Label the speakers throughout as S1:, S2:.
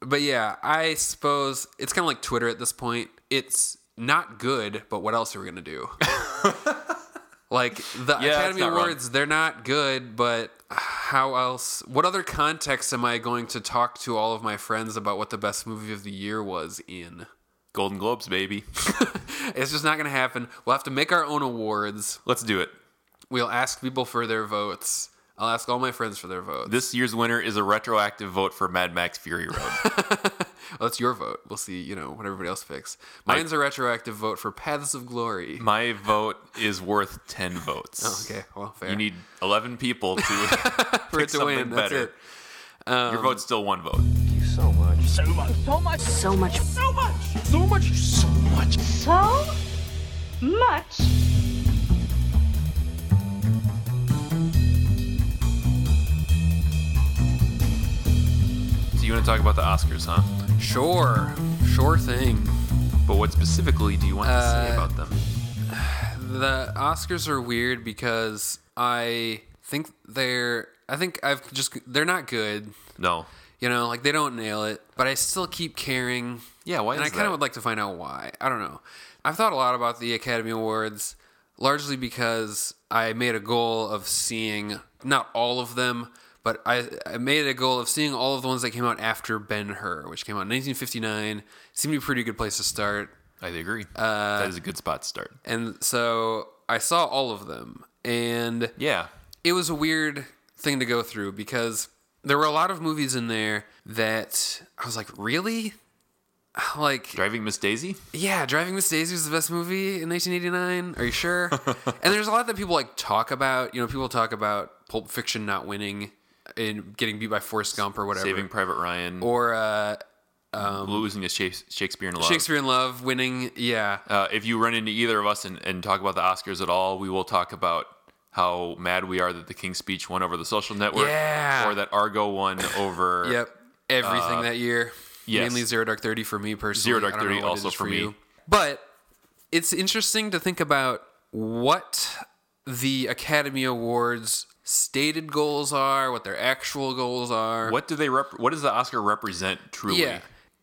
S1: But yeah, I suppose it's kind of like Twitter at this point. It's not good, but what else are we gonna do? like the
S2: Yeah, that's
S1: Academy
S2: not wrong.
S1: Awards, they're not good, but how else? What other context am I going to talk to all of my friends about what the best movie of the year was in?
S2: Golden Globes, baby.
S1: It's just not gonna happen. We'll have to make our own awards.
S2: Let's do it.
S1: We'll ask people for their votes. I'll ask all my friends for their votes.
S2: This year's winner is a retroactive vote for Mad Max Fury Road.
S1: Well, that's your vote. We'll see, you know, what everybody else picks. Mine's a retroactive vote for Paths of Glory.
S2: My vote is worth 10 votes.
S1: Oh, Okay, well, fair.
S2: You need 11 people to for
S1: it to win, that's it. Um,
S2: Your vote's still one vote.
S3: So much.
S4: So much.
S5: So much.
S4: So much.
S3: So much. So much.
S4: So much.
S2: So you want to talk about the Oscars, huh?
S1: Sure, sure thing.
S2: But what specifically do you want to say
S1: Uh,
S2: about them?
S1: The Oscars are weird because I think they're. I think I've just. They're not good.
S2: No.
S1: You know, like they don't nail it, but I still keep caring.
S2: Yeah, why
S1: And
S2: is
S1: I kind
S2: that?
S1: of would like to find out why. I don't know. I've thought a lot about the Academy Awards, largely because I made a goal of seeing not all of them, but I, I made a goal of seeing all of the ones that came out after Ben Hur, which came out in 1959. Seemed to be a pretty good place to start.
S2: I agree. Uh, that is a good spot to start.
S1: And so I saw all of them, and
S2: Yeah.
S1: it was a weird thing to go through because there were a lot of movies in there that I was like, really? Like,
S2: Driving Miss Daisy?
S1: yeah, Driving Miss Daisy was the best movie in 1989. Are you sure? and there's a lot that people like talk about. You know, people talk about Pulp Fiction not winning and getting beat by Forrest Gump or whatever.
S2: Saving Private Ryan.
S1: or uh,
S2: losing to Shakes- Shakespeare in Love.
S1: Shakespeare in Love winning. Yeah.
S2: Uh, if you run into either of us and, and talk about the Oscars at all, we will talk about how mad we are that the King's Speech won over the social network
S1: Yeah.
S2: or that Argo won over
S1: Yep. Everything that year.
S2: Uh, yes.
S1: Mainly Zero Dark Thirty for me personally.
S2: Zero Dark
S1: I don't know
S2: Thirty
S1: what it is
S2: also for me.
S1: But it's interesting to think about what the Academy Awards stated goals are, what their actual goals are.
S2: What do they rep- what does the Oscar represent truly?
S1: Yeah.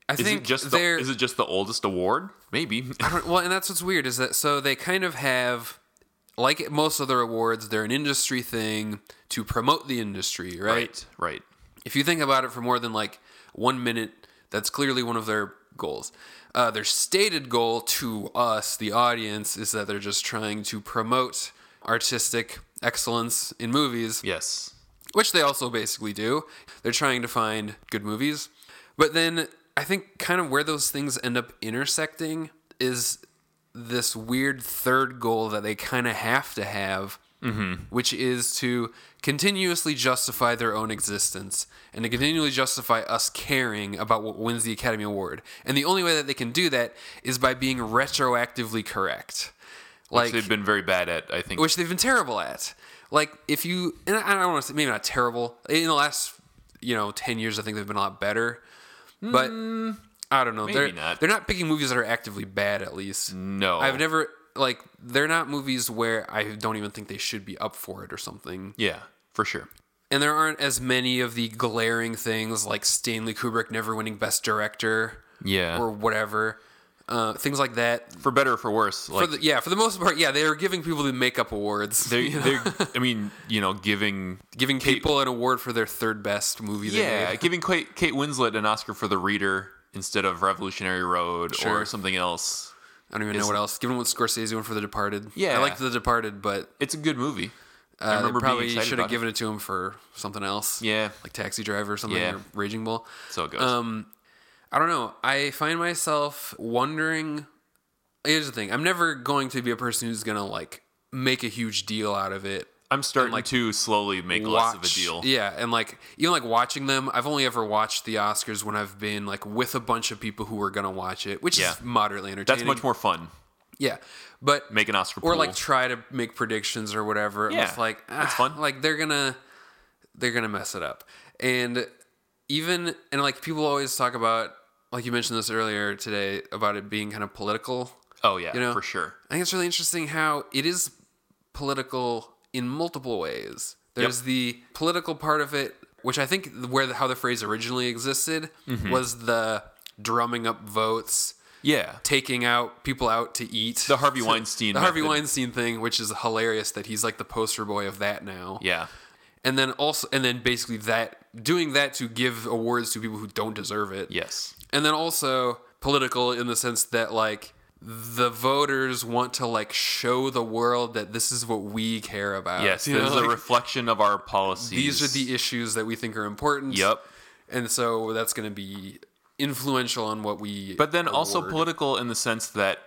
S1: I
S2: is
S1: think
S2: it just the,
S1: they're
S2: is it just the oldest award? Maybe.
S1: well, and that's what's weird is that so they kind of have like most other awards, they're an industry thing to promote the industry, right?
S2: right, right.
S1: if you think about it for more than like one minute, that's clearly one of their goals. Uh, their stated goal to us, the audience, is that they're just trying to promote artistic excellence in movies,
S2: Yes.
S1: which they also basically do. They're trying to find good movies. But then I think kind of where those things end up intersecting is this weird third goal that they kind of have to have, which is to continuously justify their own existence and to continually justify us caring about what wins the Academy Award. And the only way that they can do that is by being retroactively correct. Like
S2: Which they've been very bad at, I think.
S1: which they've been terrible at. Like if you and I I don't want to say maybe not terrible in the last you know ten years, I think they've been a lot better. But I don't know. they're
S2: Hmm. not. Mm.
S1: they're not picking movies that are actively bad. At least
S2: no.
S1: I've never like they're not movies where I don't even think they should be up for it or something.
S2: Yeah, for sure.
S1: And there aren't as many of the glaring things like Stanley Kubrick never winning Best Director
S2: Yeah.
S1: or whatever. Uh, things like that.
S2: for better or for worse, like
S1: For the, yeah, for the most part, yeah, they are giving people the makeup awards.
S2: they're,
S1: you know?
S2: they're I mean, you know, giving
S1: giving
S2: Kate-
S1: people an award for their third best movie. They
S2: Yeah,
S1: made.
S2: giving Kate, Kate Winslet an Oscar for The Reader instead of Revolutionary Road or
S1: Sure.
S2: something else.
S1: I don't even know what else. Giving what Scorsese won for The Departed.
S2: Yeah.
S1: I liked The Departed, but
S2: It's a good movie.
S1: uh,
S2: I remember
S1: they probably
S2: being excited
S1: should
S2: about
S1: have given it to him for something else.
S2: Yeah.
S1: like Taxi Driver or something.
S2: Yeah.
S1: Or Raging Bull.
S2: it. So it goes.
S1: Um, I don't know. I find myself wondering. Here's the thing: I'm never going to be a person who's gonna like make a huge deal out of it.
S2: I'm starting
S1: like,
S2: to slowly make less of a deal.
S1: Yeah, and like even like watching them, I've only ever watched the Oscars when I've been like with a bunch of people who were gonna watch it, which
S2: Yeah.
S1: is moderately entertaining.
S2: That's much more fun.
S1: Yeah, but
S2: Make an Oscar
S1: or
S2: pool.
S1: like try to make predictions or whatever.
S2: Yeah,
S1: Yeah, like
S2: that's
S1: ah,
S2: fun.
S1: Like they're gonna they're gonna mess it up, and even and like people always talk about like you mentioned this earlier today about it being kind of political.
S2: Oh yeah,
S1: you know?
S2: for sure.
S1: I think it's really interesting how it is political in multiple ways. There's the political part of it which I think where the, how the phrase originally existed
S2: Mm-hmm.
S1: was the drumming up votes,
S2: Yeah.
S1: taking out people out to eat.
S2: The Harvey Weinstein
S1: the Harvey
S2: method.
S1: Weinstein thing, which is hilarious that he's like the poster boy of that now.
S2: Yeah.
S1: And then also and then basically that doing that to give awards to people who don't deserve it.
S2: Yes.
S1: And then also political in the sense that like the voters want to like show the world that this is what we care about.
S2: Yes.
S1: Uh, You
S2: This
S1: know,
S2: is a
S1: like,
S2: reflection of our policies.
S1: these are the issues that we think are important.
S2: Yep.
S1: And so that's going to be influential on what we
S2: But then also
S1: award.
S2: political in the sense that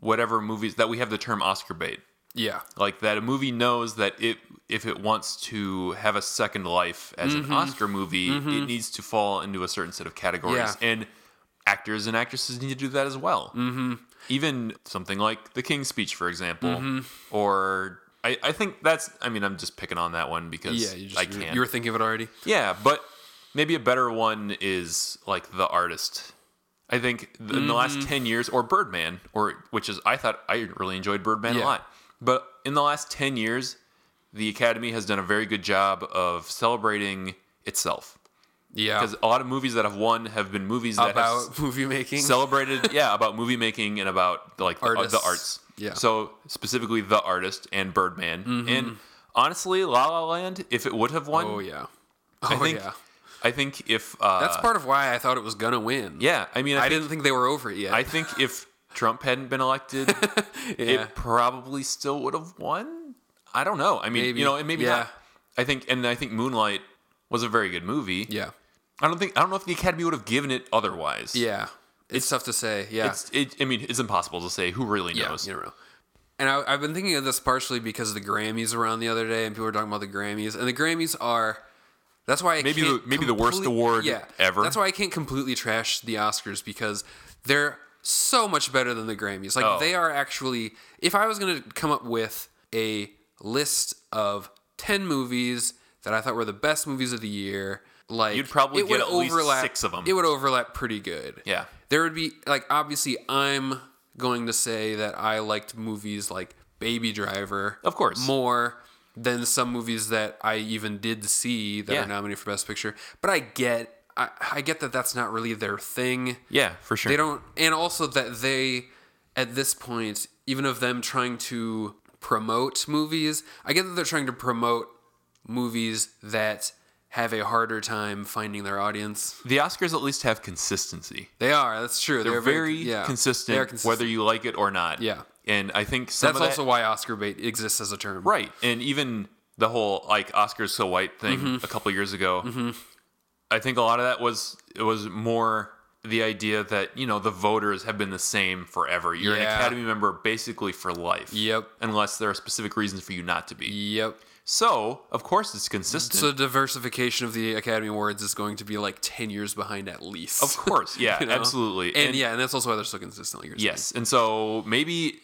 S2: whatever movies that we have the term Oscar bait.
S1: yeah.
S2: Like that a movie knows that it if it wants to have a second life as
S1: Mm-hmm.
S2: an Oscar movie, it needs to fall into a certain set of categories.
S1: Yeah.
S2: And actors and actresses need to do that as well. Mm-hmm. Even something like The King's Speech, for example,
S1: Mm-hmm.
S2: or I, I think that's I mean I'm just picking on that one because
S1: Yeah, you just,
S2: I can't.
S1: you were thinking of it already.
S2: Yeah, but maybe a better one is like the artist. I think th- in the
S1: Mm-hmm.
S2: last ten years, or Birdman, or which is I thought I really enjoyed Birdman
S1: Yeah.
S2: a lot. But in the last ten years, the Academy has done a very good job of celebrating itself
S1: Yeah.
S2: because a lot of movies that have won have been movies that have
S1: about
S2: s-
S1: movie making.
S2: celebrated, yeah, about movie making and about like the, uh, the
S1: Artists.
S2: arts.
S1: Yeah. Mm-hmm.
S2: So specifically, the artist and Birdman, and honestly, La La Land, if it would have won,
S1: oh yeah. Oh
S2: I think
S1: yeah.
S2: I think if uh,
S1: That's part of why I thought it was gonna win.
S2: yeah, I mean, I,
S1: I,
S2: think,
S1: didn't think they were over it yet.
S2: I think if Trump hadn't been elected,
S1: yeah.
S2: it probably still would have won. I don't know. I mean,
S1: Maybe.
S2: you know, and maybe
S1: Yeah.
S2: not. I think, and I think Moonlight was a very good movie.
S1: yeah.
S2: I don't think I don't know if the Academy would have given it otherwise.
S1: Yeah. It's, tough to say. Yeah.
S2: It's, it, I mean, it's impossible to say. Who really
S1: yeah.
S2: knows?
S1: You know. And I, I've been thinking of this partially because the Grammys were on the other day, and people were talking about the Grammys, and the Grammys are. That's why I
S2: Maybe
S1: can't
S2: the- maybe the worst
S1: complete-
S2: award
S1: yeah,
S2: ever.
S1: That's why I can't completely trash the Oscars because they're so much better than the Grammys. Like
S2: Oh.
S1: they are actually. If I was going to come up with a list of ten movies that I thought were the best movies of the year, like
S2: You'd probably
S1: it would
S2: get at least
S1: overlap,
S2: six of 'em.
S1: It would overlap pretty good.
S2: Yeah.
S1: There would be like obviously I'm going to say that I liked movies like Baby Driver,
S2: Of course.
S1: more than some movies that I even did see that
S2: Yeah.
S1: are nominated for Best Picture. But I get, I, I get that that's not really their thing.
S2: Yeah, for sure.
S1: They don't, and also that they, at this point, even of them trying to promote movies, I get that they're trying to promote movies that have a harder time finding their audience.
S2: The Oscars at least have consistency.
S1: They are. That's true.
S2: They're, very, consistent,
S1: They are
S2: whether you like it or not.
S1: Yeah.
S2: and I think some
S1: That's
S2: of that-
S1: also why Oscar bait exists as a term.
S2: Right. And even the whole like Oscars so white thing
S1: Mm-hmm.
S2: a couple years ago, I think a lot of that was it was more the idea that, you know, the voters have been the same forever. You're
S1: Yeah.
S2: an academy member basically for life.
S1: Yep.
S2: Unless there are specific reasons for you not to be.
S1: Yep.
S2: So, of course it's consistent.
S1: So diversification of the Academy Awards is going to be like ten years behind at least.
S2: of course. Yeah,
S1: You know?
S2: absolutely.
S1: And, yeah, and that's also why they're so consistent. Like you're saying.
S2: Yes. And so maybe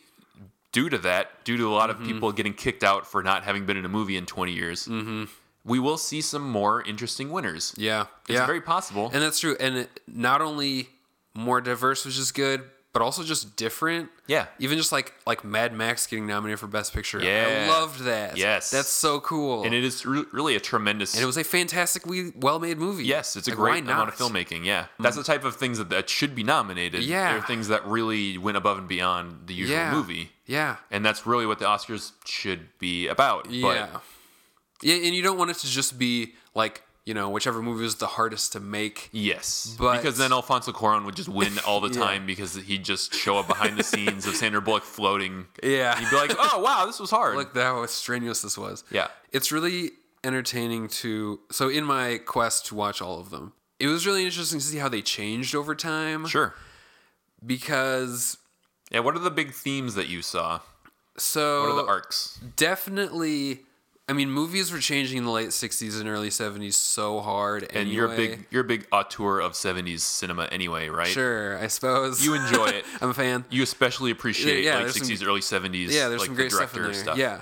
S2: due to that, due to a lot of
S1: Mm-hmm.
S2: people getting kicked out for not having been in a movie in 20 years,
S1: Mm-hmm.
S2: we will see some more interesting winners.
S1: Yeah.
S2: It's
S1: yeah.
S2: very possible.
S1: And that's true. And it, not only more diverse, which is good, but also just different.
S2: Yeah.
S1: Even just like like Mad Max getting nominated for Best Picture.
S2: Yeah.
S1: I loved that.
S2: Yes.
S1: That's so cool.
S2: and it is re- really a tremendous.
S1: And it was a fantastically well made movie.
S2: yes, it's a
S1: Like, why
S2: great amount of
S1: not? Mm-hmm.
S2: filmmaking. Yeah, that's the type of things that, that should be nominated.
S1: Yeah.
S2: they're things that really went above and beyond the usual
S1: Yeah.
S2: movie,
S1: Yeah.
S2: and that's really what the Oscars should be about.
S1: Yeah. Yeah, and you don't want it to just be like, you know, whichever movie was the hardest to make.
S2: But yes,
S1: But-
S2: because then Alfonso Cuarón would just win all the time because he'd just show up behind the scenes of Sandra Bullock floating.
S1: Yeah.
S2: You'd be like, oh wow, this was hard.
S1: Look at how strenuous this was.
S2: Yeah.
S1: It's really entertaining to so in my quest to watch all of them. It was really interesting to see how they changed over time
S2: sure.
S1: because
S2: Yeah. What are the big themes that you saw?
S1: so
S2: What are the arcs?
S1: definitely I mean movies were changing in the late 60s and early 70s so hard
S2: And
S1: anyway.
S2: you're a big you're a big auteur of '70s cinema anyway, right?
S1: Sure, I suppose.
S2: You enjoy it.
S1: I'm a fan.
S2: you especially appreciate
S1: Yeah,
S2: like
S1: there's some-
S2: 60s early 70s
S1: Yeah, there's
S2: like
S1: some great
S2: the
S1: stuff in
S2: director
S1: there. Yeah,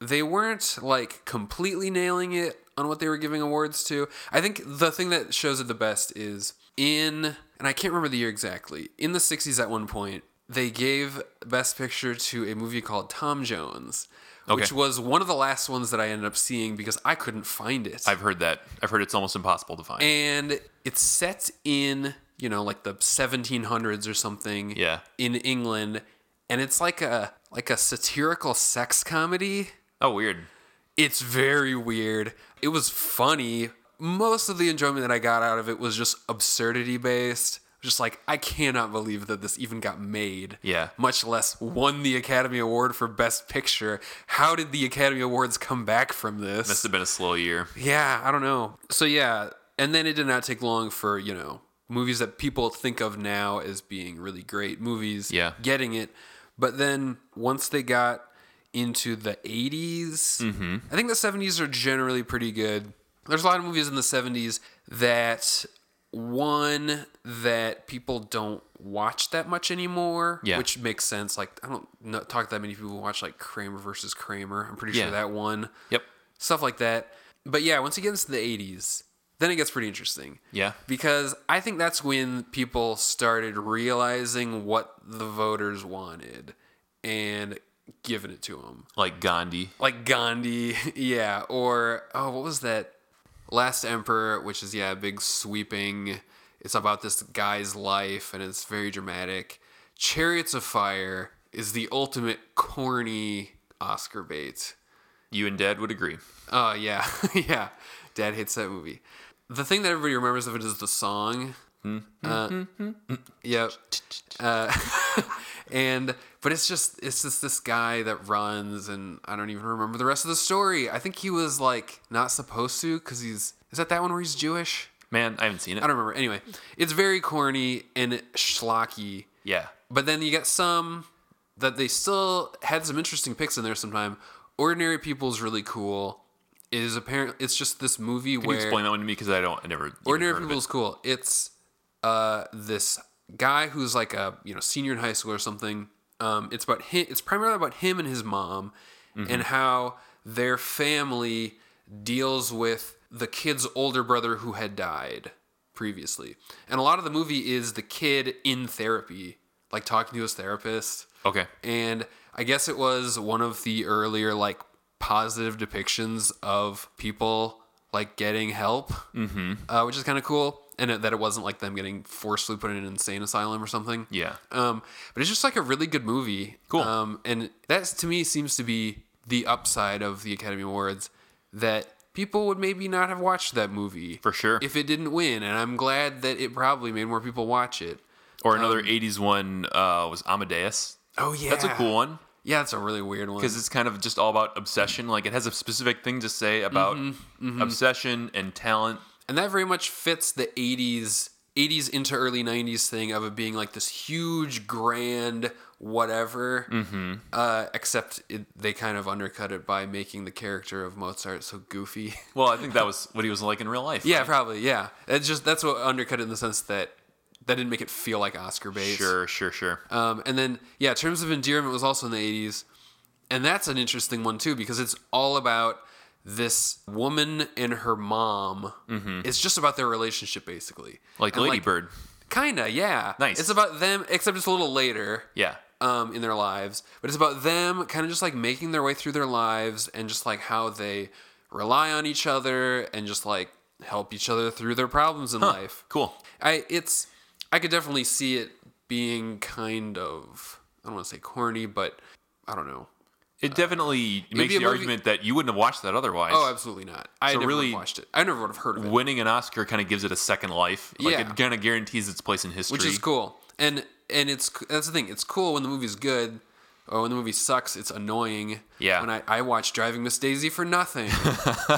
S1: they weren't like completely nailing it on what they were giving awards to. I think the thing that shows it the best is in, and I can't remember the year exactly. In the '60s, at one point, they gave Best Picture to a movie called Tom Jones, which
S2: Okay.
S1: was one of the last ones that I ended up seeing because I couldn't find it.
S2: I've heard that. I've heard it's almost impossible to find.
S1: and it's set in you know like the 1700s or something
S2: Yeah.
S1: in england and it's like a like a satirical sex comedy
S2: oh, weird.
S1: it's very weird it was funny most of the enjoyment that i got out of it was just absurdity based just like i cannot believe that this even got made
S2: Yeah.
S1: much less won the academy award for best picture how did the academy awards come back from this
S2: Must have been a slow year.
S1: yeah, I don't know. So yeah, and then it did not take long for, you know, movies that people think of now as being really great movies
S2: Yeah.
S1: getting it. But then once they got into the 80s,
S2: Mm-hmm.
S1: I think the 70s are generally pretty good. There's a lot of movies in the 70s that one that people don't watch that much anymore,
S2: Yeah.
S1: which makes sense. Like I don't know, talk to that many people who watch like Kramer versus Kramer. I'm pretty
S2: Yeah.
S1: sure that one
S2: Yep.
S1: stuff like that. But yeah, once it gets into the 80s, then it gets pretty interesting.
S2: Yeah.
S1: Because I think that's when people started realizing what the voters wanted and giving it to them.
S2: Like Gandhi.
S1: Like Gandhi, yeah, or oh, what was that? Last Emperor, which is yeah, a big sweeping. It's about this guy's life and it's very dramatic. Chariots of Fire is the ultimate corny Oscar bait.
S2: You and Dad would agree.
S1: Oh yeah, yeah. Dad hates that movie. The thing that everybody remembers of it is the song. Uh, yep. Uh, and but it's just it's just this guy that runs, and I don't even remember the rest of the story. I think he was like not supposed to because he's is that that one where he's Jewish?
S2: Man, I haven't seen it.
S1: I don't remember. Anyway, it's very corny and schlocky.
S2: yeah.
S1: But then you get some that they still had some interesting picks in there sometime. Ordinary People's really cool. It is apparent it's just this movie
S2: Can you
S1: where
S2: explain that one to me? Because I don't. I never. even
S1: Ordinary
S2: heard of it.
S1: People's cool. It's uh this guy who's like a you know senior in high school or something. Um, it's about him. It's primarily about him and his mom,
S2: Mm-hmm.
S1: and how their family deals with the kid's older brother who had died previously. And a lot of the movie is the kid in therapy, like talking to his therapist
S2: Okay.
S1: and I guess it was one of the earlier like positive depictions of people like getting help, mm-hmm. uh, which is kind of cool, and it, that it wasn't like them getting forcibly put in an insane asylum or something.
S2: Yeah.
S1: Um, but it's just like a really good movie.
S2: Cool.
S1: Um, and that to me seems to be the upside of the Academy Awards that people would maybe not have watched that movie
S2: For sure.
S1: if it didn't win, and I'm glad that it probably made more people watch it.
S2: Or another '80s one uh, was Amadeus.
S1: um, Oh yeah,
S2: That's a cool one
S1: Yeah, that's a really weird one.
S2: because it's kind of just all about obsession. Like it has a specific thing to say about
S1: Mm-hmm,
S2: obsession and talent.
S1: And that very much fits the 80s 80s into early 90s thing of it being like this huge grand whatever mm-hmm. uh, except it, they kind of undercut it by making the character of mozart so goofy
S2: Well, I think that was what he was like in real life.
S1: yeah
S2: right?
S1: probably yeah it's just that's what undercut it in the sense that that didn't make it feel like oscar bait
S2: Sure, sure, sure.
S1: um, and then yeah terms of endearment was also in the 80s and that's an interesting one too because it's all about this woman and her mom it's just about their relationship basically
S2: Mm-hmm. like
S1: And,
S2: Lady Bird.
S1: Kinda, yeah.
S2: Nice.
S1: It's about them, except it's a little later.
S2: Yeah.
S1: Um, in their lives, but it's about them kind of just like making their way through their lives and just like how they rely on each other and just like help each other through their problems in life.
S2: Cool.
S1: I it's I could definitely see it being kind of I don't want to say corny, but I don't know.
S2: It definitely
S1: Uh, be
S2: makes
S1: a
S2: the
S1: movie-
S2: argument that you wouldn't have watched that otherwise.
S1: Oh, absolutely not. I
S2: So
S1: never
S2: really-
S1: really watched it. I never would have heard of it.
S2: Winning an Oscar kind of gives it a second life. Like
S1: Yeah.
S2: it kind of guarantees its place in history.
S1: which is cool. And and it's that's the thing. It's cool when the movie's good. Or when the movie sucks, it's annoying.
S2: Yeah.
S1: When I, I watched Driving Miss Daisy for nothing.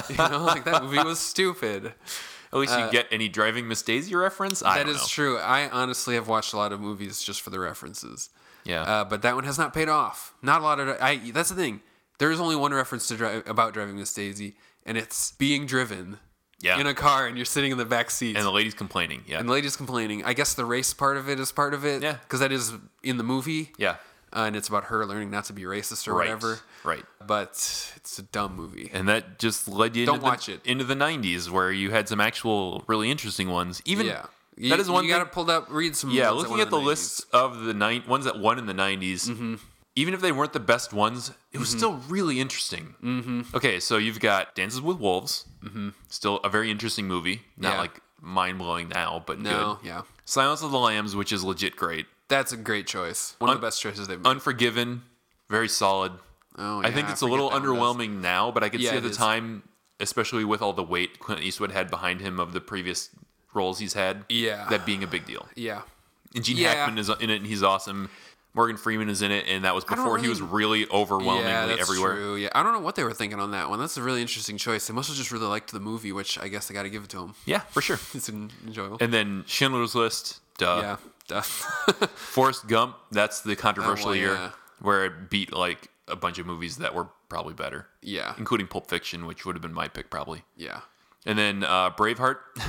S1: you know, like that movie was stupid.
S2: At least you get any driving Miss Daisy reference. I
S1: Uh, That
S2: don't
S1: is
S2: know.
S1: true. I honestly have watched a lot of movies just for the references.
S2: Yeah.
S1: Uh, but that one has not paid off. Not a lot of. I. That's the thing. There is only one reference to dri- about Driving Miss Daisy, and it's being driven.
S2: Yeah.
S1: In a car, and you're sitting in the back seat.
S2: and the lady's complaining. Yeah.
S1: And the lady's complaining. I guess the race part of it is part of it.
S2: Yeah.
S1: Because that is in the movie.
S2: yeah.
S1: Uh, and it's about her learning not to be racist or
S2: Right.
S1: whatever.
S2: Right.
S1: But it's a dumb movie.
S2: And that just led you
S1: Don't
S2: into
S1: watch
S2: the,
S1: it.
S2: into the '90s, where you had some actual really interesting ones. Even
S1: yeah.
S2: that is one
S1: You got
S2: thing.
S1: to pull up, read some.
S2: yeah,
S1: ones that
S2: looking
S1: won
S2: at
S1: in 90s. Mm-hmm.
S2: the list of the nine ones that won in the '90s, even if they weren't the best ones, it was still really interesting. Mm-hmm. Okay, so you've got Dances with Wolves, mm-hmm. still a very interesting movie. Not
S1: Yeah.
S2: like mind blowing now, but
S1: No,
S2: good.
S1: yeah.
S2: Silence of the Lambs, which is legit great.
S1: That's a great choice. One
S2: Un-
S1: of the best choices they've made.
S2: Unforgiven, very solid.
S1: oh,
S2: I think
S1: yeah,
S2: it's a
S1: forget
S2: little
S1: that one does.
S2: underwhelming now, but I could
S1: Yeah,
S2: see
S1: it
S2: at the
S1: is.
S2: time, especially with all the weight Clint Eastwood had behind him of the previous roles he's had,
S1: Yeah.
S2: that being a big deal.
S1: Yeah.
S2: And Gene
S1: Yeah.
S2: Hackman is in it, and he's awesome. Morgan Freeman is in it, and that was
S1: don't
S2: before he was really overwhelmingly
S1: Yeah, that's
S2: everywhere.
S1: true. Yeah, I don't know what they were thinking on that one. That's a really interesting choice. They must have just really liked the movie, which I guess I got to give it to them.
S2: Yeah, for sure.
S1: It's en- enjoyable.
S2: And uh, then Schindler's List, duh.
S1: yeah, duh.
S2: Forrest Gump, that's the controversial
S1: That one,
S2: year
S1: yeah.
S2: where it beat like a bunch of movies that were probably better,
S1: yeah,
S2: including Pulp Fiction, which would have been my pick probably.
S1: yeah.
S2: And then uh, Braveheart,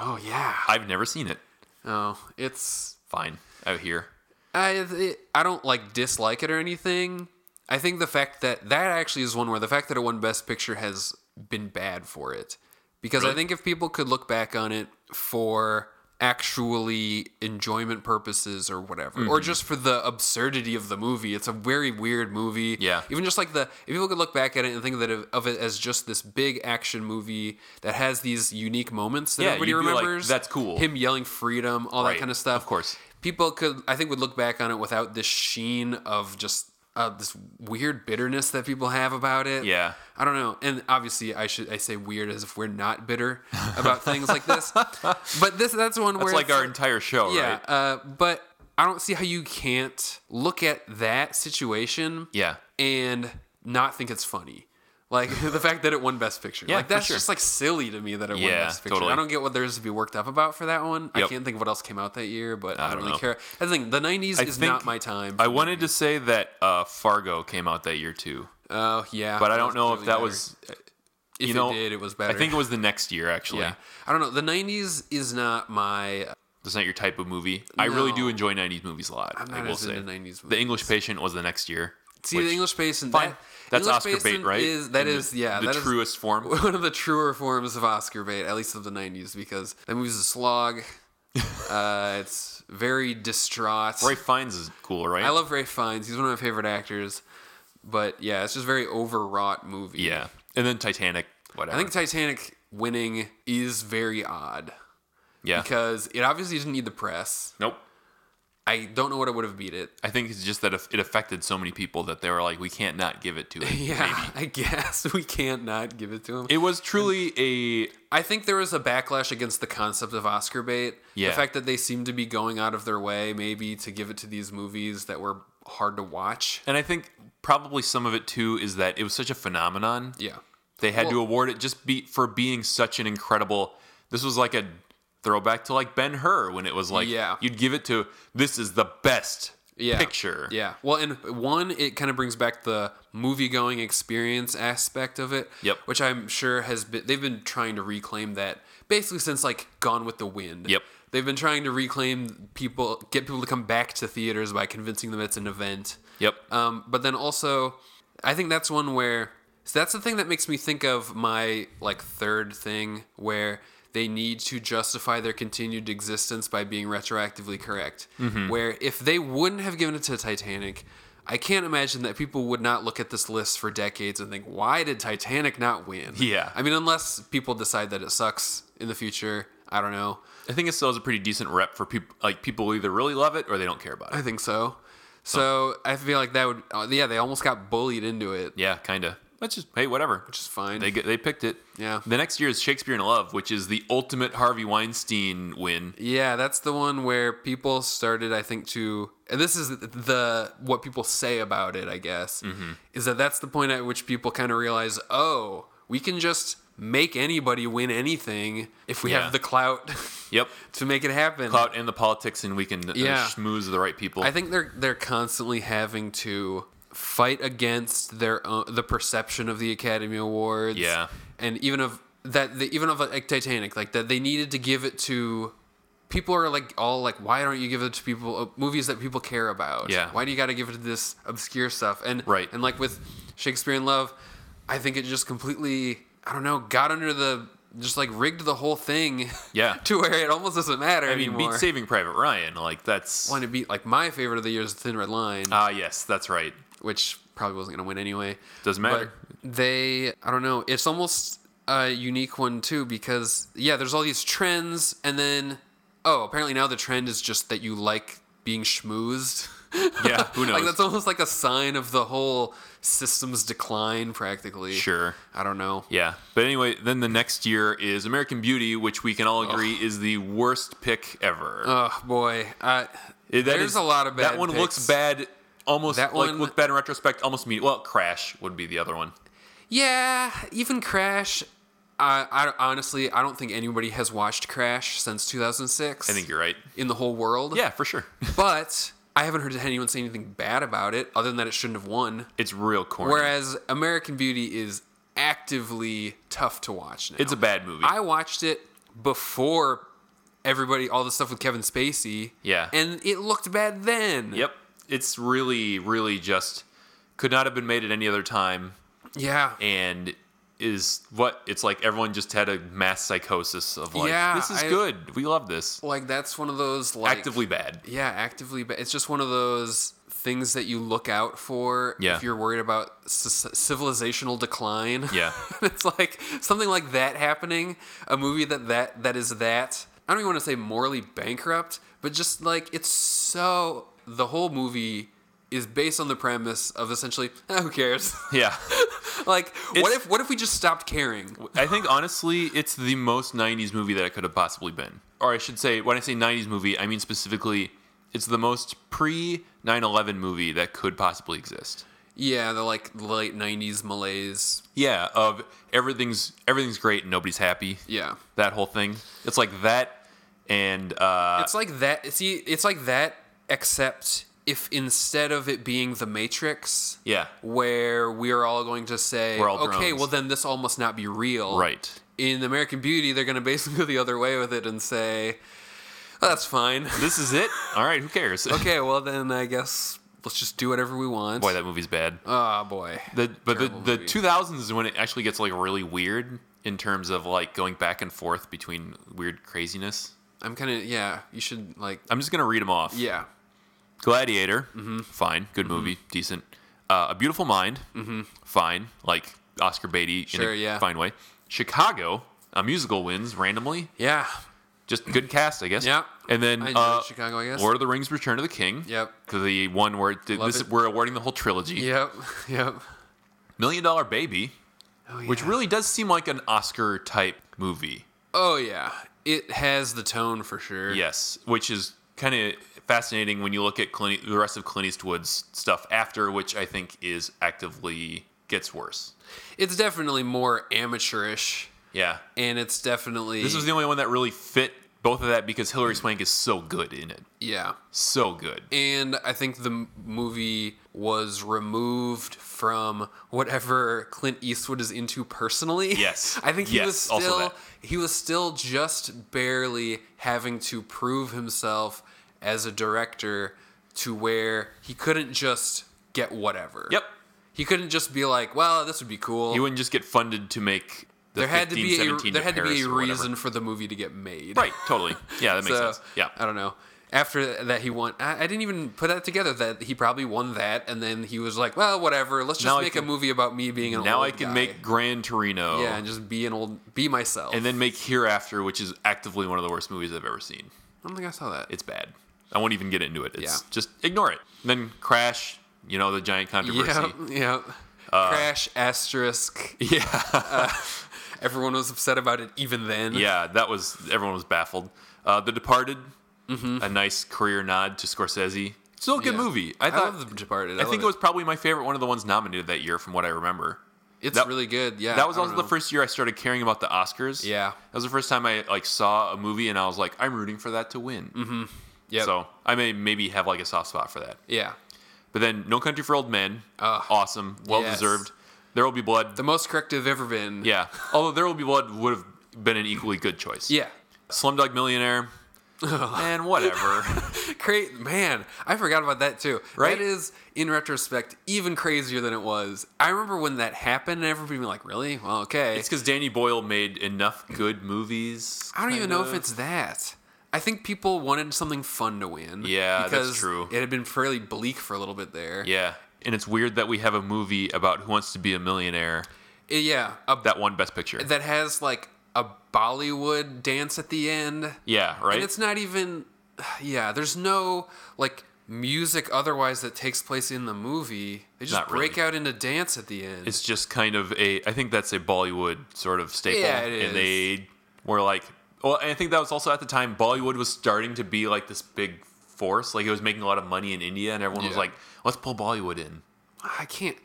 S1: Oh yeah.
S2: I've never seen it.
S1: Oh, it's
S2: Fine, out here.
S1: I it, I don't like dislike it or anything. I think the fact that that actually is one where the fact that it won Best Picture has been bad for it because I
S2: Really?
S1: think if people could look back on it for actually enjoyment purposes or whatever
S2: Mm-hmm.
S1: or just for the absurdity of the movie it's a very weird movie
S2: Yeah.
S1: even just like the if people could look back at it and think that of, of it as just this big action movie that has these unique moments that
S2: Yeah,
S1: everybody
S2: you'd be like,
S1: remembers
S2: "That's cool."
S1: him yelling freedom all that
S2: Right,
S1: kind of stuff
S2: of course.
S1: people could I think would look back on it without this sheen of just uh, this weird bitterness that people have about it.
S2: Yeah.
S1: I don't know. And obviously I should I say weird as if we're not bitter about things like this. But this that's one where
S2: It's like
S1: it's-
S2: our entire show,
S1: Yeah.
S2: right?
S1: Uh, but I don't see how you can't look at that situation
S2: Yeah.
S1: and not think it's funny. Like the fact that it won Best Picture.
S2: Yeah,
S1: like
S2: for
S1: that's
S2: sure.
S1: just like silly to me that it won
S2: Yeah,
S1: Best Picture.
S2: totally.
S1: I don't get what there's to be worked up about for that one. I
S2: Yep.
S1: can't think of what else came out that year, but I, don't,
S2: don't
S1: really
S2: know.
S1: care. That's the thing. The '90s
S2: I
S1: is
S2: think-
S1: not my time.
S2: I wanted to say that uh, Fargo came out that year too,
S1: Oh yeah,
S2: but I
S1: that
S2: don't
S1: was
S2: know if
S1: clearly
S2: that
S1: better.
S2: was.
S1: If
S2: you know,
S1: it did, it was better.
S2: I think it was the next year actually.
S1: Yeah, I don't know. The '90s is not my.
S2: That's not your type of movie. I really do
S1: No.
S2: enjoy '90s movies a lot.
S1: I'm
S2: I
S1: not
S2: will
S1: as
S2: say
S1: into 90s
S2: The
S1: movies.
S2: English Patient was the next year.
S1: See,
S2: which-
S1: the English Basin.
S2: Fine.
S1: that-
S2: That's
S1: English
S2: Oscar bait,
S1: Basin
S2: right?
S1: Is that
S2: In the-
S1: is yeah
S2: the
S1: that is
S2: truest form.
S1: One of the truer forms of Oscar bait, at least of the '90s, because that movie's a slog. uh, it's very distraught.
S2: Ray Fiennes is cool, right?
S1: I love Ray Fiennes. He's one of my favorite actors. But yeah, it's just a very overwrought movie.
S2: Yeah, and then Titanic. Whatever.
S1: I think Titanic winning is very odd
S2: yeah.
S1: because it obviously didn't need the press.
S2: nope.
S1: I don't know what it would have beat it.
S2: I think it's just that if- it affected so many people that they were like, we can't not give it to it.
S1: Yeah, I guess we can't not give it to him.
S2: It was truly a
S1: I think there was a backlash against the concept of Oscar bait.
S2: Yeah.
S1: The fact that they seemed to be going out of their way, maybe, to give it to these movies that were hard to watch.
S2: And I think probably some of it too is that it was such a phenomenon.
S1: Yeah.
S2: They had to
S1: Well-
S2: award it just be, for being such an incredible. This was like a throwback to like Ben Hur when it was like
S1: Yeah.
S2: you'd give it to this is the best
S1: yeah.
S2: picture.
S1: Yeah. Well, and one, it kind of brings back the movie going experience aspect of it.
S2: Yep.
S1: Which I'm sure has been, they've been trying to reclaim that basically since like Gone with the Wind.
S2: Yep.
S1: They've been trying to reclaim people, get people to come back to theaters by convincing them it's an event.
S2: Yep.
S1: Um, but then also, I think that's one where so that's the thing that makes me think of my like third thing where they need to justify their continued existence by being retroactively correct. Where if they wouldn't have given it to Titanic, I can't imagine that people would not look at this list for decades and think, why did Titanic not win?
S2: Yeah.
S1: I mean, unless people decide that it sucks in the future. I don't know.
S2: I think it still has a pretty decent rep for people. Like people either really love it or they don't care about
S1: I
S2: it.
S1: think so. So I feel like that would, uh, yeah, they almost got bullied into it,
S2: Yeah, kind of. That's just hey, whatever.
S1: which is fine.
S2: They get, they picked it.
S1: Yeah.
S2: The next year is Shakespeare in Love, which is the ultimate Harvey Weinstein win.
S1: Yeah, that's the one where people started, I think, to. And this is the what people say about it, I guess,
S2: Mm-hmm.
S1: is that that's the point at which people kind of realize, oh, we can just make anybody win anything if we
S2: Yeah.
S1: have the clout
S2: Yep.
S1: to make it happen.
S2: Clout and the politics, and we can
S1: Yeah.
S2: uh, schmooze the right people.
S1: I think they're they're constantly having to fight against their own, the perception of the Academy Awards.
S2: Yeah.
S1: and even of that, the, even of like Titanic, like that they needed to give it to. People are like all like, why don't you give it to people uh, movies that people care about?
S2: Yeah.
S1: why do you got to give it to this obscure stuff? And
S2: Right.
S1: and like with Shakespeare in Love, I think it just completely I don't know got under the just like rigged the whole thing.
S2: Yeah.
S1: to where it almost doesn't matter
S2: I mean,
S1: anymore.
S2: beat Saving Private Ryan. Like that's
S1: Want to beat like my favorite of the year is Thin Red Line.
S2: ah yes, that's right.
S1: which probably wasn't going to win anyway.
S2: Doesn't matter.
S1: But they, I don't know. It's almost a unique one too because yeah, there's all these trends, and then oh, apparently now the trend is just that you like being schmoozed.
S2: Yeah, who knows?
S1: like that's almost like a sign of the whole system's decline, practically.
S2: Sure.
S1: I don't know.
S2: Yeah. But anyway, then the next year is American Beauty, which we can all agree is the worst pick ever.
S1: Oh boy, uh,
S2: It- that
S1: there's
S2: is-
S1: a lot of bad.
S2: That one
S1: picks.
S2: looks bad. Almost
S1: That
S2: like
S1: one-
S2: looked bad in retrospect. Almost immediate. Well, Crash would be the other one.
S1: Yeah, even Crash. I, I honestly, I don't think anybody has watched Crash since 2006.
S2: I think you're right.
S1: in the whole world.
S2: Yeah, for sure.
S1: but I haven't heard anyone say anything bad about it, other than that it shouldn't have won.
S2: It's real corny.
S1: Whereas American Beauty is actively tough to watch now.
S2: it's a bad movie.
S1: I watched it before everybody, all the stuff with Kevin Spacey.
S2: Yeah.
S1: and it looked bad then.
S2: Yep. It's really, really just could not have been made at any other time,
S1: Yeah.
S2: and is what it's like. Everyone just had a mass psychosis of like,
S1: Yeah,
S2: this is
S1: I-
S2: good. We love this.
S1: like that's one of those like
S2: Actively bad.
S1: Yeah, actively, but it's just one of those things that you look out for
S2: Yeah.
S1: if you're worried about c- civilizational decline.
S2: Yeah.
S1: it's like something like that happening, a movie that that that is that. I don't even want to say morally bankrupt, but just like it's so the whole movie is based on the premise of essentially "Eh, who cares?
S2: Yeah.
S1: like what
S2: It's-
S1: if what if we just stopped caring?
S2: I think honestly, it's the most '90s movie that it could have possibly been. Or I should say, when I say '90s movie, I mean specifically, it's the most pre 9/11 movie that could possibly exist.
S1: Yeah, the like late '90s malaise.
S2: Yeah, of everything's everything's great and nobody's happy.
S1: Yeah.
S2: That whole thing. It's like that, and uh,
S1: It's like that. See, it's like that, except if instead of it being the Matrix,
S2: yeah,
S1: where we are all going to say,
S2: We're all
S1: okay,
S2: drones."
S1: well then this all must not be real.
S2: right.
S1: In American Beauty, they're going to basically go the other way with it and say, "Oh, that's fine.
S2: This is it. All right, who cares?
S1: okay, well then I guess let's just do whatever we want.
S2: Boy, that movie's bad.
S1: oh boy.
S2: The, but the,
S1: terrible
S2: the
S1: movie.
S2: 2000s is when it actually gets like really weird in terms of like going back and forth between weird craziness.
S1: I'm kind of yeah. You should like
S2: I'm just gonna read them off.
S1: yeah. Mm-hmm.
S2: Gladiator, fine, good movie, decent. Uh, A Beautiful Mind, fine, like Oscar Beatty
S1: Mm-hmm. Sure,
S2: in a
S1: yeah.
S2: fine way. Chicago, a musical wins randomly,
S1: Yeah.
S2: just good cast, I guess.
S1: Yeah.
S2: And then
S1: I enjoyed
S2: uh,
S1: Chicago, I guess.
S2: Lord of the Rings: Return of the King.
S1: Yep.
S2: The one where th-
S1: Love
S2: this
S1: it.
S2: we're awarding the whole trilogy.
S1: Yep. Yep.
S2: Million Dollar Baby,
S1: Oh,
S2: which
S1: yeah.
S2: really does seem like an Oscar type movie.
S1: Oh yeah. It has the tone for sure.
S2: Yes, which is kind of fascinating when you look at Clint, the rest of Clint Eastwood's stuff after, which I think is actively gets worse.
S1: it's definitely more amateurish
S2: Yeah,
S1: and it's definitely
S2: this was the only one that really fit both of that because Hilary Swank is so good in it,
S1: yeah
S2: so good.
S1: and i think the m- movie was removed from whatever clint eastwood is into personally
S2: Yes.
S1: i think he
S2: Yes,
S1: was
S2: also
S1: still
S2: that.
S1: he was still just barely having to prove himself as a director to where he couldn't just get whatever
S2: Yep,
S1: he couldn't just be like well this would be cool
S2: he wouldn't just get funded to make. The
S1: there had to
S2: 15,
S1: be a
S2: 17
S1: there had to be
S2: Paris
S1: a
S2: or whatever.
S1: reason for the movie to get made
S2: Right, totally. Yeah, that makes
S1: So,
S2: sense. Yeah.
S1: I don't know. After that, he won. I, I didn't even put that together that he probably won that, and then he was like, "Well, whatever. Let's just
S2: Now I
S1: make
S2: can-
S1: a movie about me being an
S2: Now
S1: old
S2: I can
S1: guy.
S2: make Grand Torino.
S1: yeah, and just be an old, be myself."
S2: and then make Hereafter, which is actively one of the worst movies I've ever seen.
S1: I don't think I saw that.
S2: It's bad. I won't even get into it. It's
S1: Yeah.
S2: just ignore it. And then Crash, you know, the giant controversy.
S1: yeah, yeah. Crash asterisk.
S2: Uh,
S1: Uh,
S2: Yeah.
S1: Everyone was upset about it even then.
S2: Yeah, that was everyone was baffled. Uh, the Departed, a nice career nod to Scorsese. Still a good
S1: Mm-hmm. Yeah.
S2: movie. I thought
S1: love The Departed.
S2: I
S1: I,
S2: think it was probably my favorite one of the ones nominated that year from what I remember.
S1: It's
S2: that-
S1: really good. Yeah,
S2: that was
S1: I
S2: also
S1: don't
S2: the
S1: know.
S2: first year I started caring about the Oscars.
S1: Yeah.
S2: That was the first time I like saw a movie and I was like, I'm rooting for that to win.
S1: Mm-hmm. Yep.
S2: So I may maybe have like a soft spot for that.
S1: yeah,
S2: But then No Country for Old Men, awesome, well
S1: yes.
S2: deserved. There Will Be Blood,
S1: the most correct I've ever been.
S2: yeah. Although There Will Be Blood would have been an equally good choice.
S1: yeah.
S2: Slumdog Millionaire, and whatever.
S1: Cra- man, I forgot about that too.
S2: Right?
S1: That is, in retrospect, even crazier than it was. I remember when that happened and everybody being like, really? Well, okay.
S2: it's because Danny Boyle made enough good movies.
S1: I don't even
S2: kind
S1: know if
S2: of.
S1: it's that. I think people wanted something fun to win.
S2: Yeah, that's
S1: because
S2: true.
S1: It had been fairly bleak for a little bit there.
S2: Yeah, and it's weird that we have a movie about Who Wants to Be a Millionaire
S1: Yeah, a,
S2: that won Best Picture.
S1: that has like a Bollywood dance at the end.
S2: yeah, right.
S1: And it's not even yeah, there's no like music otherwise that takes place in the movie. They just
S2: Not
S1: break
S2: really.
S1: out into dance at the end.
S2: it's just kind of a I think that's a Bollywood sort of staple.
S1: Yeah, it
S2: And they were like well, and I think that was also at the time Bollywood was starting to be like this big force. Like it was making a lot of money in India and everyone was
S1: Yeah.
S2: like, let's pull Bollywood in.
S1: I can't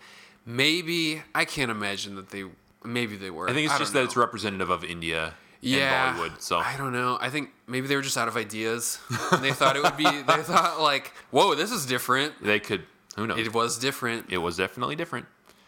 S1: maybe I can't imagine that they maybe they were.
S2: I think it's just
S1: don't
S2: that it's
S1: know.
S2: representative of India
S1: yeah,
S2: and Bollywood. So
S1: I don't know. I think maybe they were just out of ideas. And they thought it would be they thought like, "Whoa, this is different."
S2: they could who knows.
S1: It was different. Um,
S2: It was definitely different.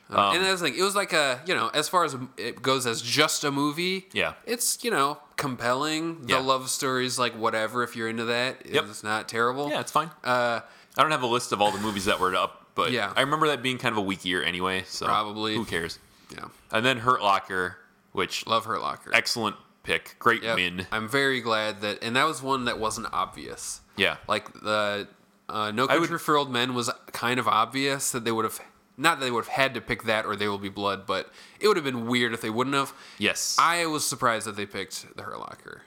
S2: um,
S1: and that's the thing. It was like a you know, as far as it goes as just a movie.
S2: Yeah.
S1: it's you know compelling.
S2: Yeah.
S1: The love story's like whatever if you're into that.
S2: Yep.
S1: It's not terrible.
S2: Yeah, it's fine. Uh, I don't have a list of all the movies that were up, but
S1: Yeah.
S2: I remember that being kind of a weak year anyway. So
S1: Probably.
S2: who cares?
S1: yeah.
S2: And then Hurt Locker, which
S1: Love Hurt Locker.
S2: excellent pick, great
S1: Yep.
S2: win.
S1: I'm very glad that, and that was one that wasn't obvious.
S2: Yeah,
S1: Like the uh, No
S2: I would-
S1: Country for Old Men was kind of obvious that they would have. Not that they would have had to pick that or They Will Be Blood, but it would have been weird if they wouldn't have.
S2: yes.
S1: I was surprised that they picked the Hurt Locker.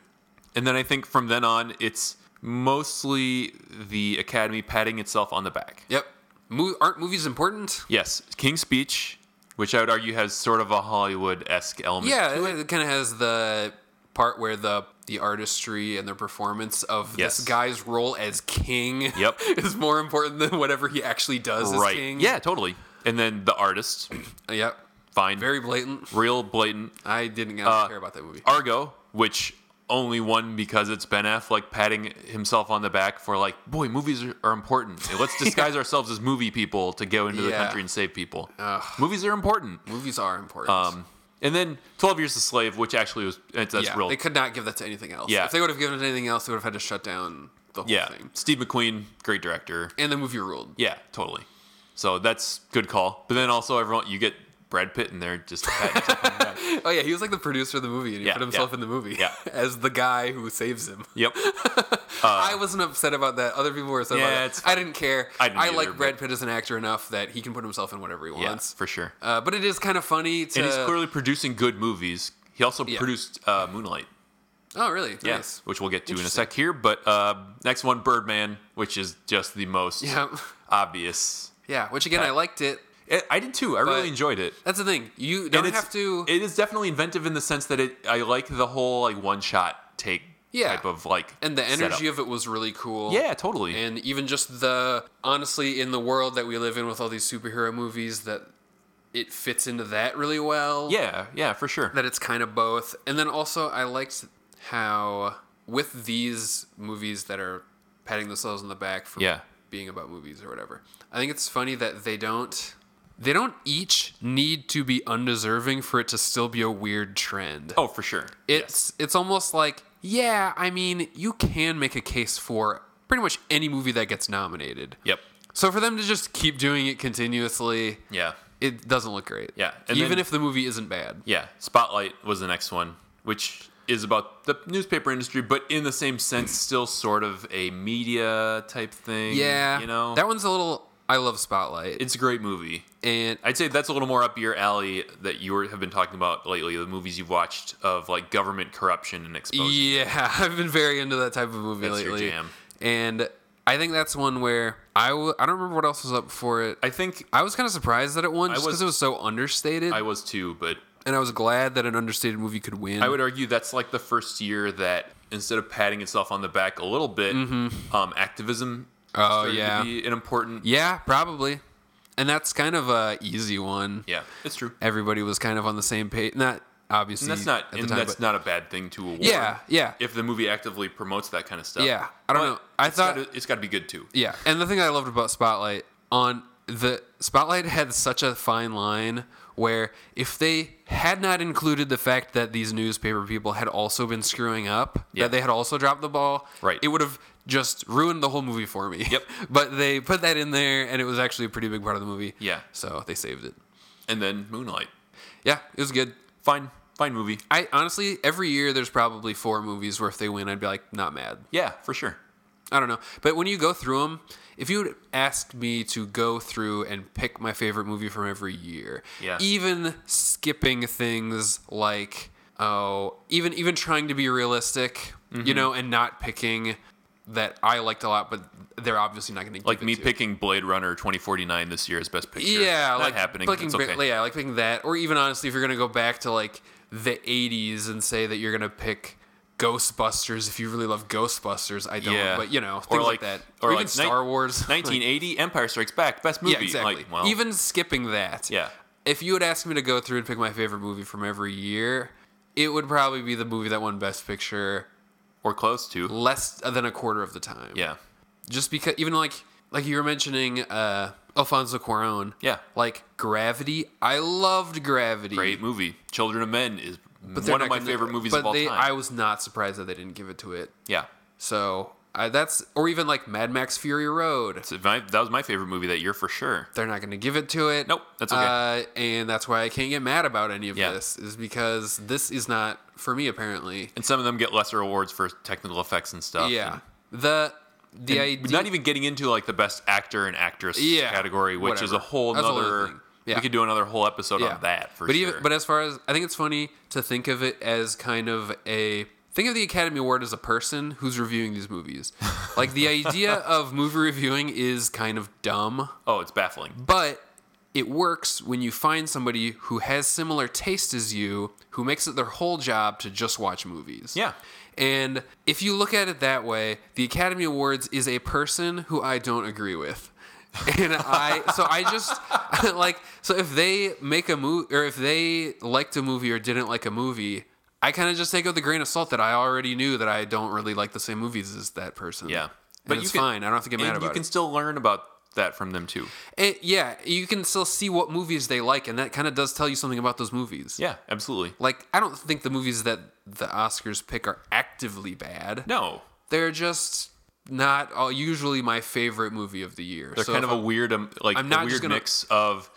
S2: and then I think from then on, it's mostly the Academy patting itself on the back.
S1: Yep. Mo- aren't movies important?
S2: Yes, King's Speech, which I would argue has sort of a Hollywood esque element.
S1: Yeah, it, kind of has the part where the the artistry and the performance of
S2: Yes.
S1: this guy's role as king
S2: Yep.
S1: is more important than whatever he actually does as
S2: right.
S1: king.
S2: Yeah, totally. And then the artist,
S1: Yep.
S2: fine,
S1: Very blatant.
S2: real blatant.
S1: I didn't
S2: Uh,
S1: care about that movie.
S2: Argo, which only won because it's Ben Affleck patting himself on the back for like, boy, movies are, are important. And Let's disguise ourselves as movie people to go into the
S1: Yeah.
S2: country and save people. Movies are important.
S1: Movies are important.
S2: Um, and then Twelve Years a Slave, which actually was it's, that's
S1: yeah,
S2: real.
S1: they could not give that to anything else.
S2: Yeah.
S1: If they would have given it anything else, they would have had to shut down the whole
S2: yeah,
S1: thing.
S2: Steve McQueen, great director.
S1: And the movie ruled.
S2: Yeah, totally. So that's good call. But then also everyone, you get Brad Pitt in there just patting himself on the back.
S1: Oh yeah, he was like the producer of the movie, and he
S2: Yeah,
S1: put himself
S2: yeah.
S1: in the movie
S2: Yeah.
S1: as the guy who saves him.
S2: Yep.
S1: I wasn't upset about that. Other people were upset
S2: Yeah,
S1: about
S2: it's
S1: it. I didn't care.
S2: I
S1: I,
S2: didn't either,
S1: like
S2: but-
S1: Brad Pitt as an actor enough that he can put himself in whatever he
S2: Yeah,
S1: wants.
S2: for sure.
S1: uh, but it is kind of funny to.
S2: and he's clearly producing good movies. He also
S1: Yeah.
S2: produced uh, Moonlight.
S1: oh, really?
S2: Yeah,
S1: Nice.
S2: which we'll get to in a
S1: Interesting.
S2: sec here. But uh, next one, Birdman, which is just the most
S1: Yeah.
S2: obvious.
S1: Yeah. Which
S2: Uh,
S1: again, I liked it.
S2: I- I did too. I
S1: But-
S2: really enjoyed it.
S1: That's the thing. You
S2: And
S1: don't
S2: it's-
S1: have to.
S2: It is definitely inventive in the sense that it. I like the whole like one shot take
S1: Yeah.
S2: type of like
S1: and the energy
S2: setup.
S1: of it was really cool.
S2: yeah, totally.
S1: And even just the honestly, in the world that we live in with all these superhero movies, that it fits into that really well.
S2: yeah, yeah, for sure.
S1: that it's kind of both. And then also, I liked how with these movies that are patting themselves on the back for
S2: Yeah.
S1: being about movies or whatever, I think it's funny that they don't they don't each need to be undeserving for it to still be a weird trend.
S2: oh, for sure.
S1: It's it's almost like yeah, I mean, you can make a case for pretty much any movie that gets nominated.
S2: Yep.
S1: So for them to just keep doing it continuously,
S2: Yeah.
S1: it doesn't look great.
S2: Yeah, and
S1: Even
S2: then-
S1: if the movie isn't bad.
S2: Yeah. Spotlight was the next one, which is about the newspaper industry, but in the same sense, still sort of a media type thing.
S1: Yeah,
S2: You know,
S1: that one's a little. I love Spotlight,
S2: it's a great movie.
S1: and
S2: I'd say that's a little more up your alley that you were, have been talking about lately, the movies you've watched of like government corruption and exposure.
S1: yeah, I've been very into that type of movie
S2: That's your
S1: lately.
S2: jam.
S1: And I think that's one where I w- I don't remember what else was up for it.
S2: I think
S1: I was kind of surprised that it won just
S2: was-
S1: because it was so understated,
S2: I was too, but
S1: and I was glad that an understated movie could win.
S2: I would argue that's like the first year that instead of patting itself on the back a little bit, um,
S1: Mm-hmm.
S2: activism
S1: Oh,
S2: started to
S1: yeah.
S2: be an important.
S1: yeah, probably, and that's kind of a easy one.
S2: Yeah, it's true.
S1: Everybody was kind of on the same page. Not obviously.
S2: And that's not
S1: at the
S2: and
S1: time,
S2: that's
S1: but-
S2: not a bad thing to award.
S1: Yeah, yeah.
S2: If the movie actively promotes that kind of stuff.
S1: Yeah, I don't
S2: But
S1: know. I
S2: it's
S1: thought-
S2: gotta- it's got to be good too.
S1: Yeah, and the thing I loved about Spotlight on the Spotlight had such a fine line where if they had not included the fact that these newspaper people had also been screwing up,
S2: Yeah.
S1: that they had also dropped the ball,
S2: Right.
S1: it would have just ruined the whole movie for me.
S2: Yep.
S1: but they put that in there, and it was actually a pretty big part of the movie.
S2: Yeah.
S1: so they saved it.
S2: And then Moonlight,
S1: Yeah, it was good.
S2: fine, fine movie.
S1: I honestly, every year there's probably four movies where if they win, I'd be like, not mad.
S2: Yeah, for sure.
S1: I don't know. But when you go through them, if you would ask me to go through and pick my favorite movie from every year,
S2: Yeah.
S1: even skipping things like oh, even even trying to be realistic,
S2: Mm-hmm.
S1: you know, and not picking that I liked a lot, but they're obviously not going to
S2: Like me
S1: to.
S2: picking Blade Runner 2049 this year as best picture.
S1: Yeah,
S2: Not
S1: like
S2: happening.
S1: Picking,
S2: it's okay.
S1: Brit- Yeah, like picking that, or even honestly, if you're gonna go back to like the '80s and say that you're gonna pick Ghostbusters, if you really love Ghostbusters, I don't.
S2: Yeah.
S1: But you know,
S2: Or
S1: things like,
S2: like-
S1: that,
S2: or
S1: or, even
S2: like nine-
S1: Star Wars, like-
S2: 1980 Empire Strikes Back, best movie.
S1: yeah, exactly.
S2: Like, well,
S1: even skipping that.
S2: Yeah.
S1: If you had asked me to go through and pick my favorite movie from every year, it would probably be the movie that won Best Picture
S2: or close to.
S1: less than a quarter of the time.
S2: Yeah.
S1: Just because, even like like you were mentioning, uh, Alfonso Cuarón.
S2: Yeah.
S1: Like Gravity, I loved Gravity.
S2: Great movie. Children of Men is
S1: E they're
S2: one
S1: not
S2: of my
S1: gonna-
S2: favorite movies
S1: but
S2: of all
S1: they,
S2: time.
S1: I was not surprised that they didn't give it to it.
S2: yeah.
S1: So I, that's or even like Mad Max Fury Road.
S2: So my- that was my favorite movie that year for sure.
S1: They're not going to give it to it.
S2: Nope, that's okay.
S1: Uh, and that's why I can't get mad about any of
S2: Yeah.
S1: this is because this is not for me apparently.
S2: And some of them get lesser awards for technical effects and stuff.
S1: Yeah. The the
S2: And
S1: idea
S2: not even getting into like the best actor and actress
S1: Yeah,
S2: category, which is a
S1: whatever.
S2: whole
S1: That's a whole other
S2: nother.
S1: thing. Yeah.
S2: We could do another whole episode on that for
S1: but
S2: sure.
S1: even but as far as I think it's funny to think of it as kind of a think of the Academy Award as a person who's reviewing these movies. like the idea of movie reviewing is kind of dumb.
S2: oh, it's baffling.
S1: But it works when you find somebody who has similar taste as you, who makes it their whole job to just watch movies.
S2: Yeah.
S1: And if you look at it that way, the Academy Awards is a person who I don't agree with. And I so I just like so if they make a movie or if they liked a movie or didn't like a movie, I kind of just take it with a grain of salt that I already knew that I don't really like the same movies as that person.
S2: Yeah.
S1: But it's
S2: can-
S1: fine. I don't have to get mad
S2: and
S1: about
S2: you
S1: it.
S2: can still learn about that from them too.
S1: It, yeah, you can still see what movies they like, and that kind of does tell you something about those movies.
S2: Yeah, absolutely.
S1: Like, I don't think the movies that the Oscars pick are actively bad.
S2: No,
S1: They're just not all, usually my favorite movie of the year.
S2: they're
S1: So
S2: kind
S1: if
S2: of a weird, um, like
S1: I'm
S2: a
S1: not just
S2: weird
S1: gonna-
S2: mix of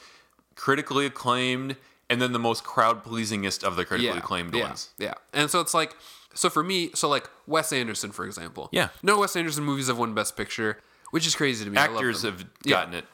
S2: critically acclaimed and then the most crowd pleasingest of the critically acclaimed
S1: yeah,
S2: ones.
S1: Yeah. And so it's like, so for me, so like Wes Anderson, for example.
S2: Yeah.
S1: No Wes Anderson movies have won Best Picture, which is crazy to me. I love
S2: Actors
S1: them.
S2: have
S1: Yeah.
S2: gotten it.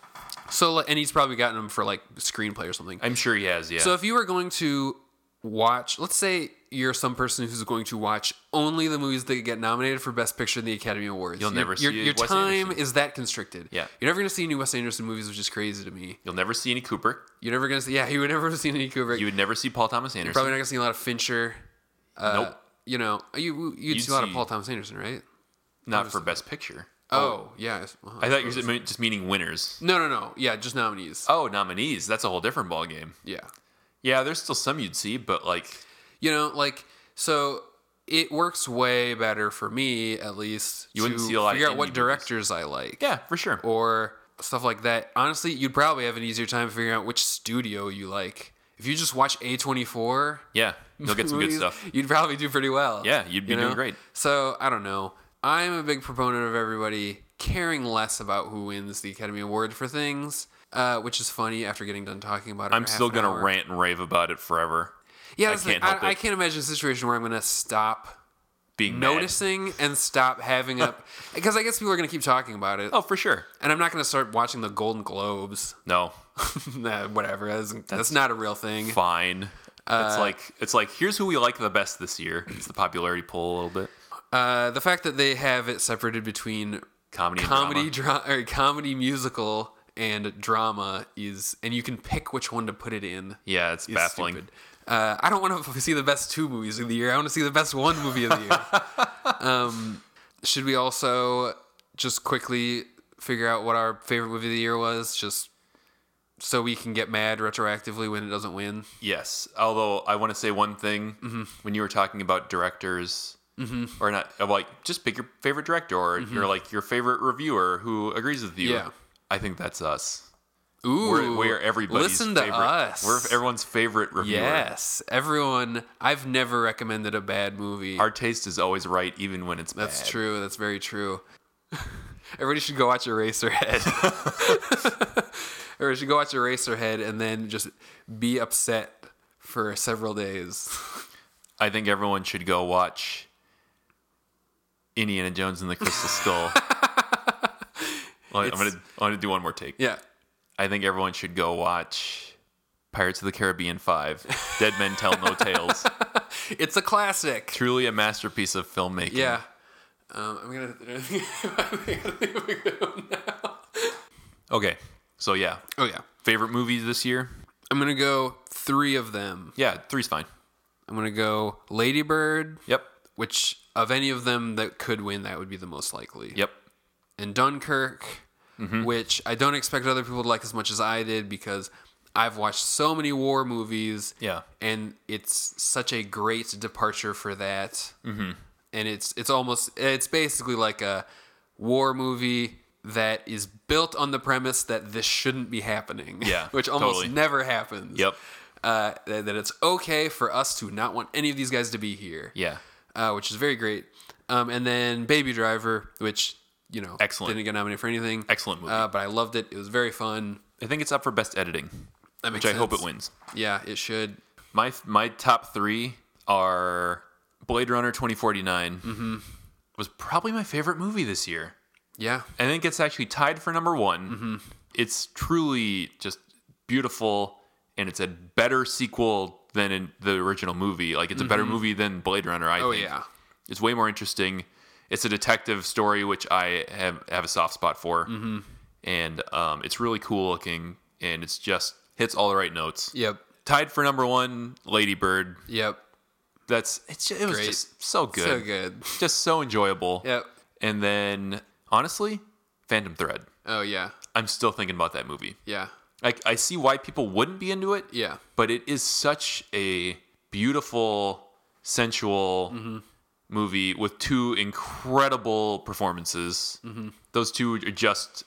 S1: So, like, and he's probably gotten them for like screenplay or something.
S2: I'm sure he has. Yeah.
S1: So if you were going to watch, let's say you're some person who's going to watch only the movies that get nominated for Best Picture in the Academy Awards.
S2: You'll
S1: Your-
S2: never
S1: your,
S2: see
S1: your
S2: Wes
S1: time
S2: Anderson.
S1: is that constricted.
S2: Yeah.
S1: you're never going to see any Wes Anderson movies, which is crazy to me.
S2: You'll never see any Cooper.
S1: You're never going to see. Yeah, you would never have seen any Kubrick.
S2: You would never see Paul Thomas Anderson.
S1: Probably not going to see a lot of Fincher. Uh,
S2: nope.
S1: You know, you you'd,
S2: You'd
S1: see a lot of
S2: see-
S1: Paul Thomas Anderson, right?
S2: Not for Best Picture.
S1: Oh, yeah. well,
S2: I thought you were just meaning winners.
S1: No, no, no. Yeah, just nominees.
S2: Oh, nominees. That's a whole different ballgame.
S1: Yeah.
S2: Yeah, there's still some you'd see, but like,
S1: You know, like so it works way better for me at least
S2: You wouldn't
S1: to
S2: see a lot of
S1: figure
S2: indie
S1: out what
S2: movies.
S1: directors I like.
S2: yeah, for sure.
S1: Or stuff like that. Honestly, you'd probably have an easier time figuring out which studio you like. If you just watch A24,
S2: yeah, you'll get some good
S1: movies,
S2: stuff.
S1: You'd probably do pretty well.
S2: Yeah, you'd be doing great.
S1: So I don't know. I'm a big proponent of everybody caring less about who wins the Academy Award for things, uh, which is funny after getting done talking about it.
S2: I'm
S1: for half
S2: still
S1: an
S2: gonna
S1: hour.
S2: rant and rave about it forever.
S1: Yeah,
S2: I
S1: that's the thing.
S2: can't help
S1: I, I
S2: it.
S1: can't imagine a situation where I'm going to stop
S2: Being mad.
S1: noticing and stop having up because I guess people are going to keep talking about it,
S2: Oh, for sure.
S1: and I'm not going to start watching the Golden Globes.
S2: No,
S1: nah, whatever, that's, that's, not a real thing.
S2: fine.
S1: Uh,
S2: it's like it's like here's who we like the best this year. It's the popularity poll a little bit.
S1: Uh, the fact that they have it separated between
S2: Comedy, and
S1: comedy
S2: drama.
S1: dra- or comedy musical and drama is, and you can pick which one to put it in.
S2: Yeah, it's
S1: is
S2: baffling.
S1: stupid. Uh, I don't want to see the best two movies of the year. I want to see the best one movie of the year. um, should we also just quickly figure out what our favorite movie of the year was, just so we can get mad retroactively when it doesn't win?
S2: Yes. Although I want to say one thing
S1: Mm-hmm.
S2: when you were talking about directors or not, of, like just pick your favorite director or your like your favorite reviewer who agrees with you.
S1: Mm-hmm. Yeah.
S2: I think that's us.
S1: Ooh,
S2: We're, we're everybody's
S1: listen to
S2: favorite.
S1: us.
S2: We're everyone's favorite reviewer.
S1: yes, everyone. I've never recommended a bad movie.
S2: Our taste is always right, even when it's
S1: That's
S2: bad.
S1: true. That's very true. Everybody should go watch Eraserhead. Everybody should go watch Eraserhead and then just be upset for several days.
S2: I think everyone should go watch Indiana Jones and the Crystal Skull. Like, I'm
S1: It's-
S2: gonna I'm gonna do one more take.
S1: Yeah.
S2: I think everyone should go watch Pirates of the Caribbean Five: Dead Men Tell No Tales.
S1: It's a classic.
S2: Truly a masterpiece of filmmaking.
S1: Yeah. Um, I'm gonna.
S2: Okay. So yeah,
S1: oh yeah.
S2: favorite movies this year?
S1: I'm gonna go three of them.
S2: Yeah, three's fine.
S1: I'm gonna go Ladybird,
S2: Yep.
S1: which of any of them that could win, that would be the most likely.
S2: Yep.
S1: and Dunkirk,
S2: Mm-hmm.
S1: which I don't expect other people to like as much as I did because I've watched so many war movies.
S2: Yeah.
S1: and it's such a great departure for that. Mm-hmm. And it's it's almost it's basically like a war movie that is built on the premise that this shouldn't be happening.
S2: Yeah,
S1: which almost
S2: totally.
S1: never happens.
S2: Yep.
S1: Uh, that, that it's okay for us to not want any of these guys to be here
S2: Yeah.
S1: uh, which is very great. Um, and then Baby Driver, which you know,
S2: Excellent.
S1: didn't get nominated for anything.
S2: Excellent movie.
S1: uh, but I loved it. It was very fun.
S2: I think it's up for best editing,
S1: That
S2: which
S1: makes
S2: I hope it
S1: sense.
S2: wins.
S1: Yeah, it should.
S2: My my top three are Blade Runner 2049. Mm-hmm. Was probably my favorite movie this year.
S1: Yeah,
S2: I think it's actually tied for number one.
S1: Mm-hmm.
S2: It's truly just beautiful, and it's a better sequel than in the original movie. Like it's a better movie than Blade Runner. I
S1: Mm-hmm. Oh,
S2: think.
S1: yeah.
S2: it's way more interesting. It's a detective story, which I have have a soft spot for,
S1: Mm-hmm.
S2: and um, it's really cool looking, and it's just hits all the right notes.
S1: yep,
S2: Tied for number one, Ladybird.
S1: yep,
S2: That's it's it was
S1: Great.
S2: just so good,
S1: so good.
S2: just so enjoyable.
S1: Yep.
S2: And then honestly, Phantom Thread.
S1: Oh yeah,
S2: I'm still thinking about that movie.
S1: yeah,
S2: Like I see why people wouldn't be into it.
S1: Yeah.
S2: But it is such a beautiful, sensual
S1: Mm-hmm.
S2: movie with two incredible performances.
S1: Mm-hmm.
S2: Those two are just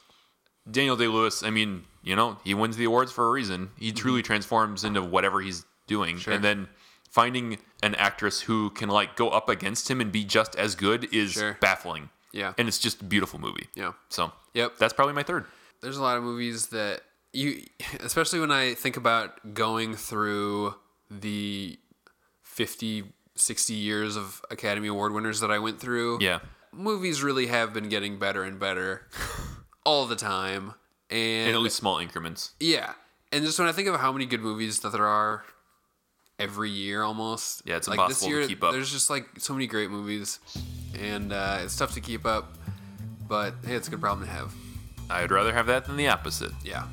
S2: Daniel Day Lewis. I mean, you know, he wins the awards for a reason.
S1: Mm-hmm.
S2: He truly transforms into whatever he's doing, and then finding an actress who can like go up against him and be just as good is
S1: Sure.
S2: baffling.
S1: Yeah.
S2: And it's just a beautiful movie.
S1: yeah.
S2: So.
S1: Yep.
S2: That's probably my third.
S1: There's a lot of movies that you, especially when I think about going through the 50, 60 years of Academy Award winners that I went through.
S2: Yeah.
S1: movies really have been getting better and better all the time. And,
S2: In at least small increments.
S1: yeah. And just when I think of how many good movies that there are every year almost.
S2: Yeah, it's
S1: like
S2: impossible to keep up.
S1: There's just like so many great movies and uh, it's tough to keep up, but hey, it's a good problem to have.
S2: I'd rather have that than the opposite.
S1: Yeah.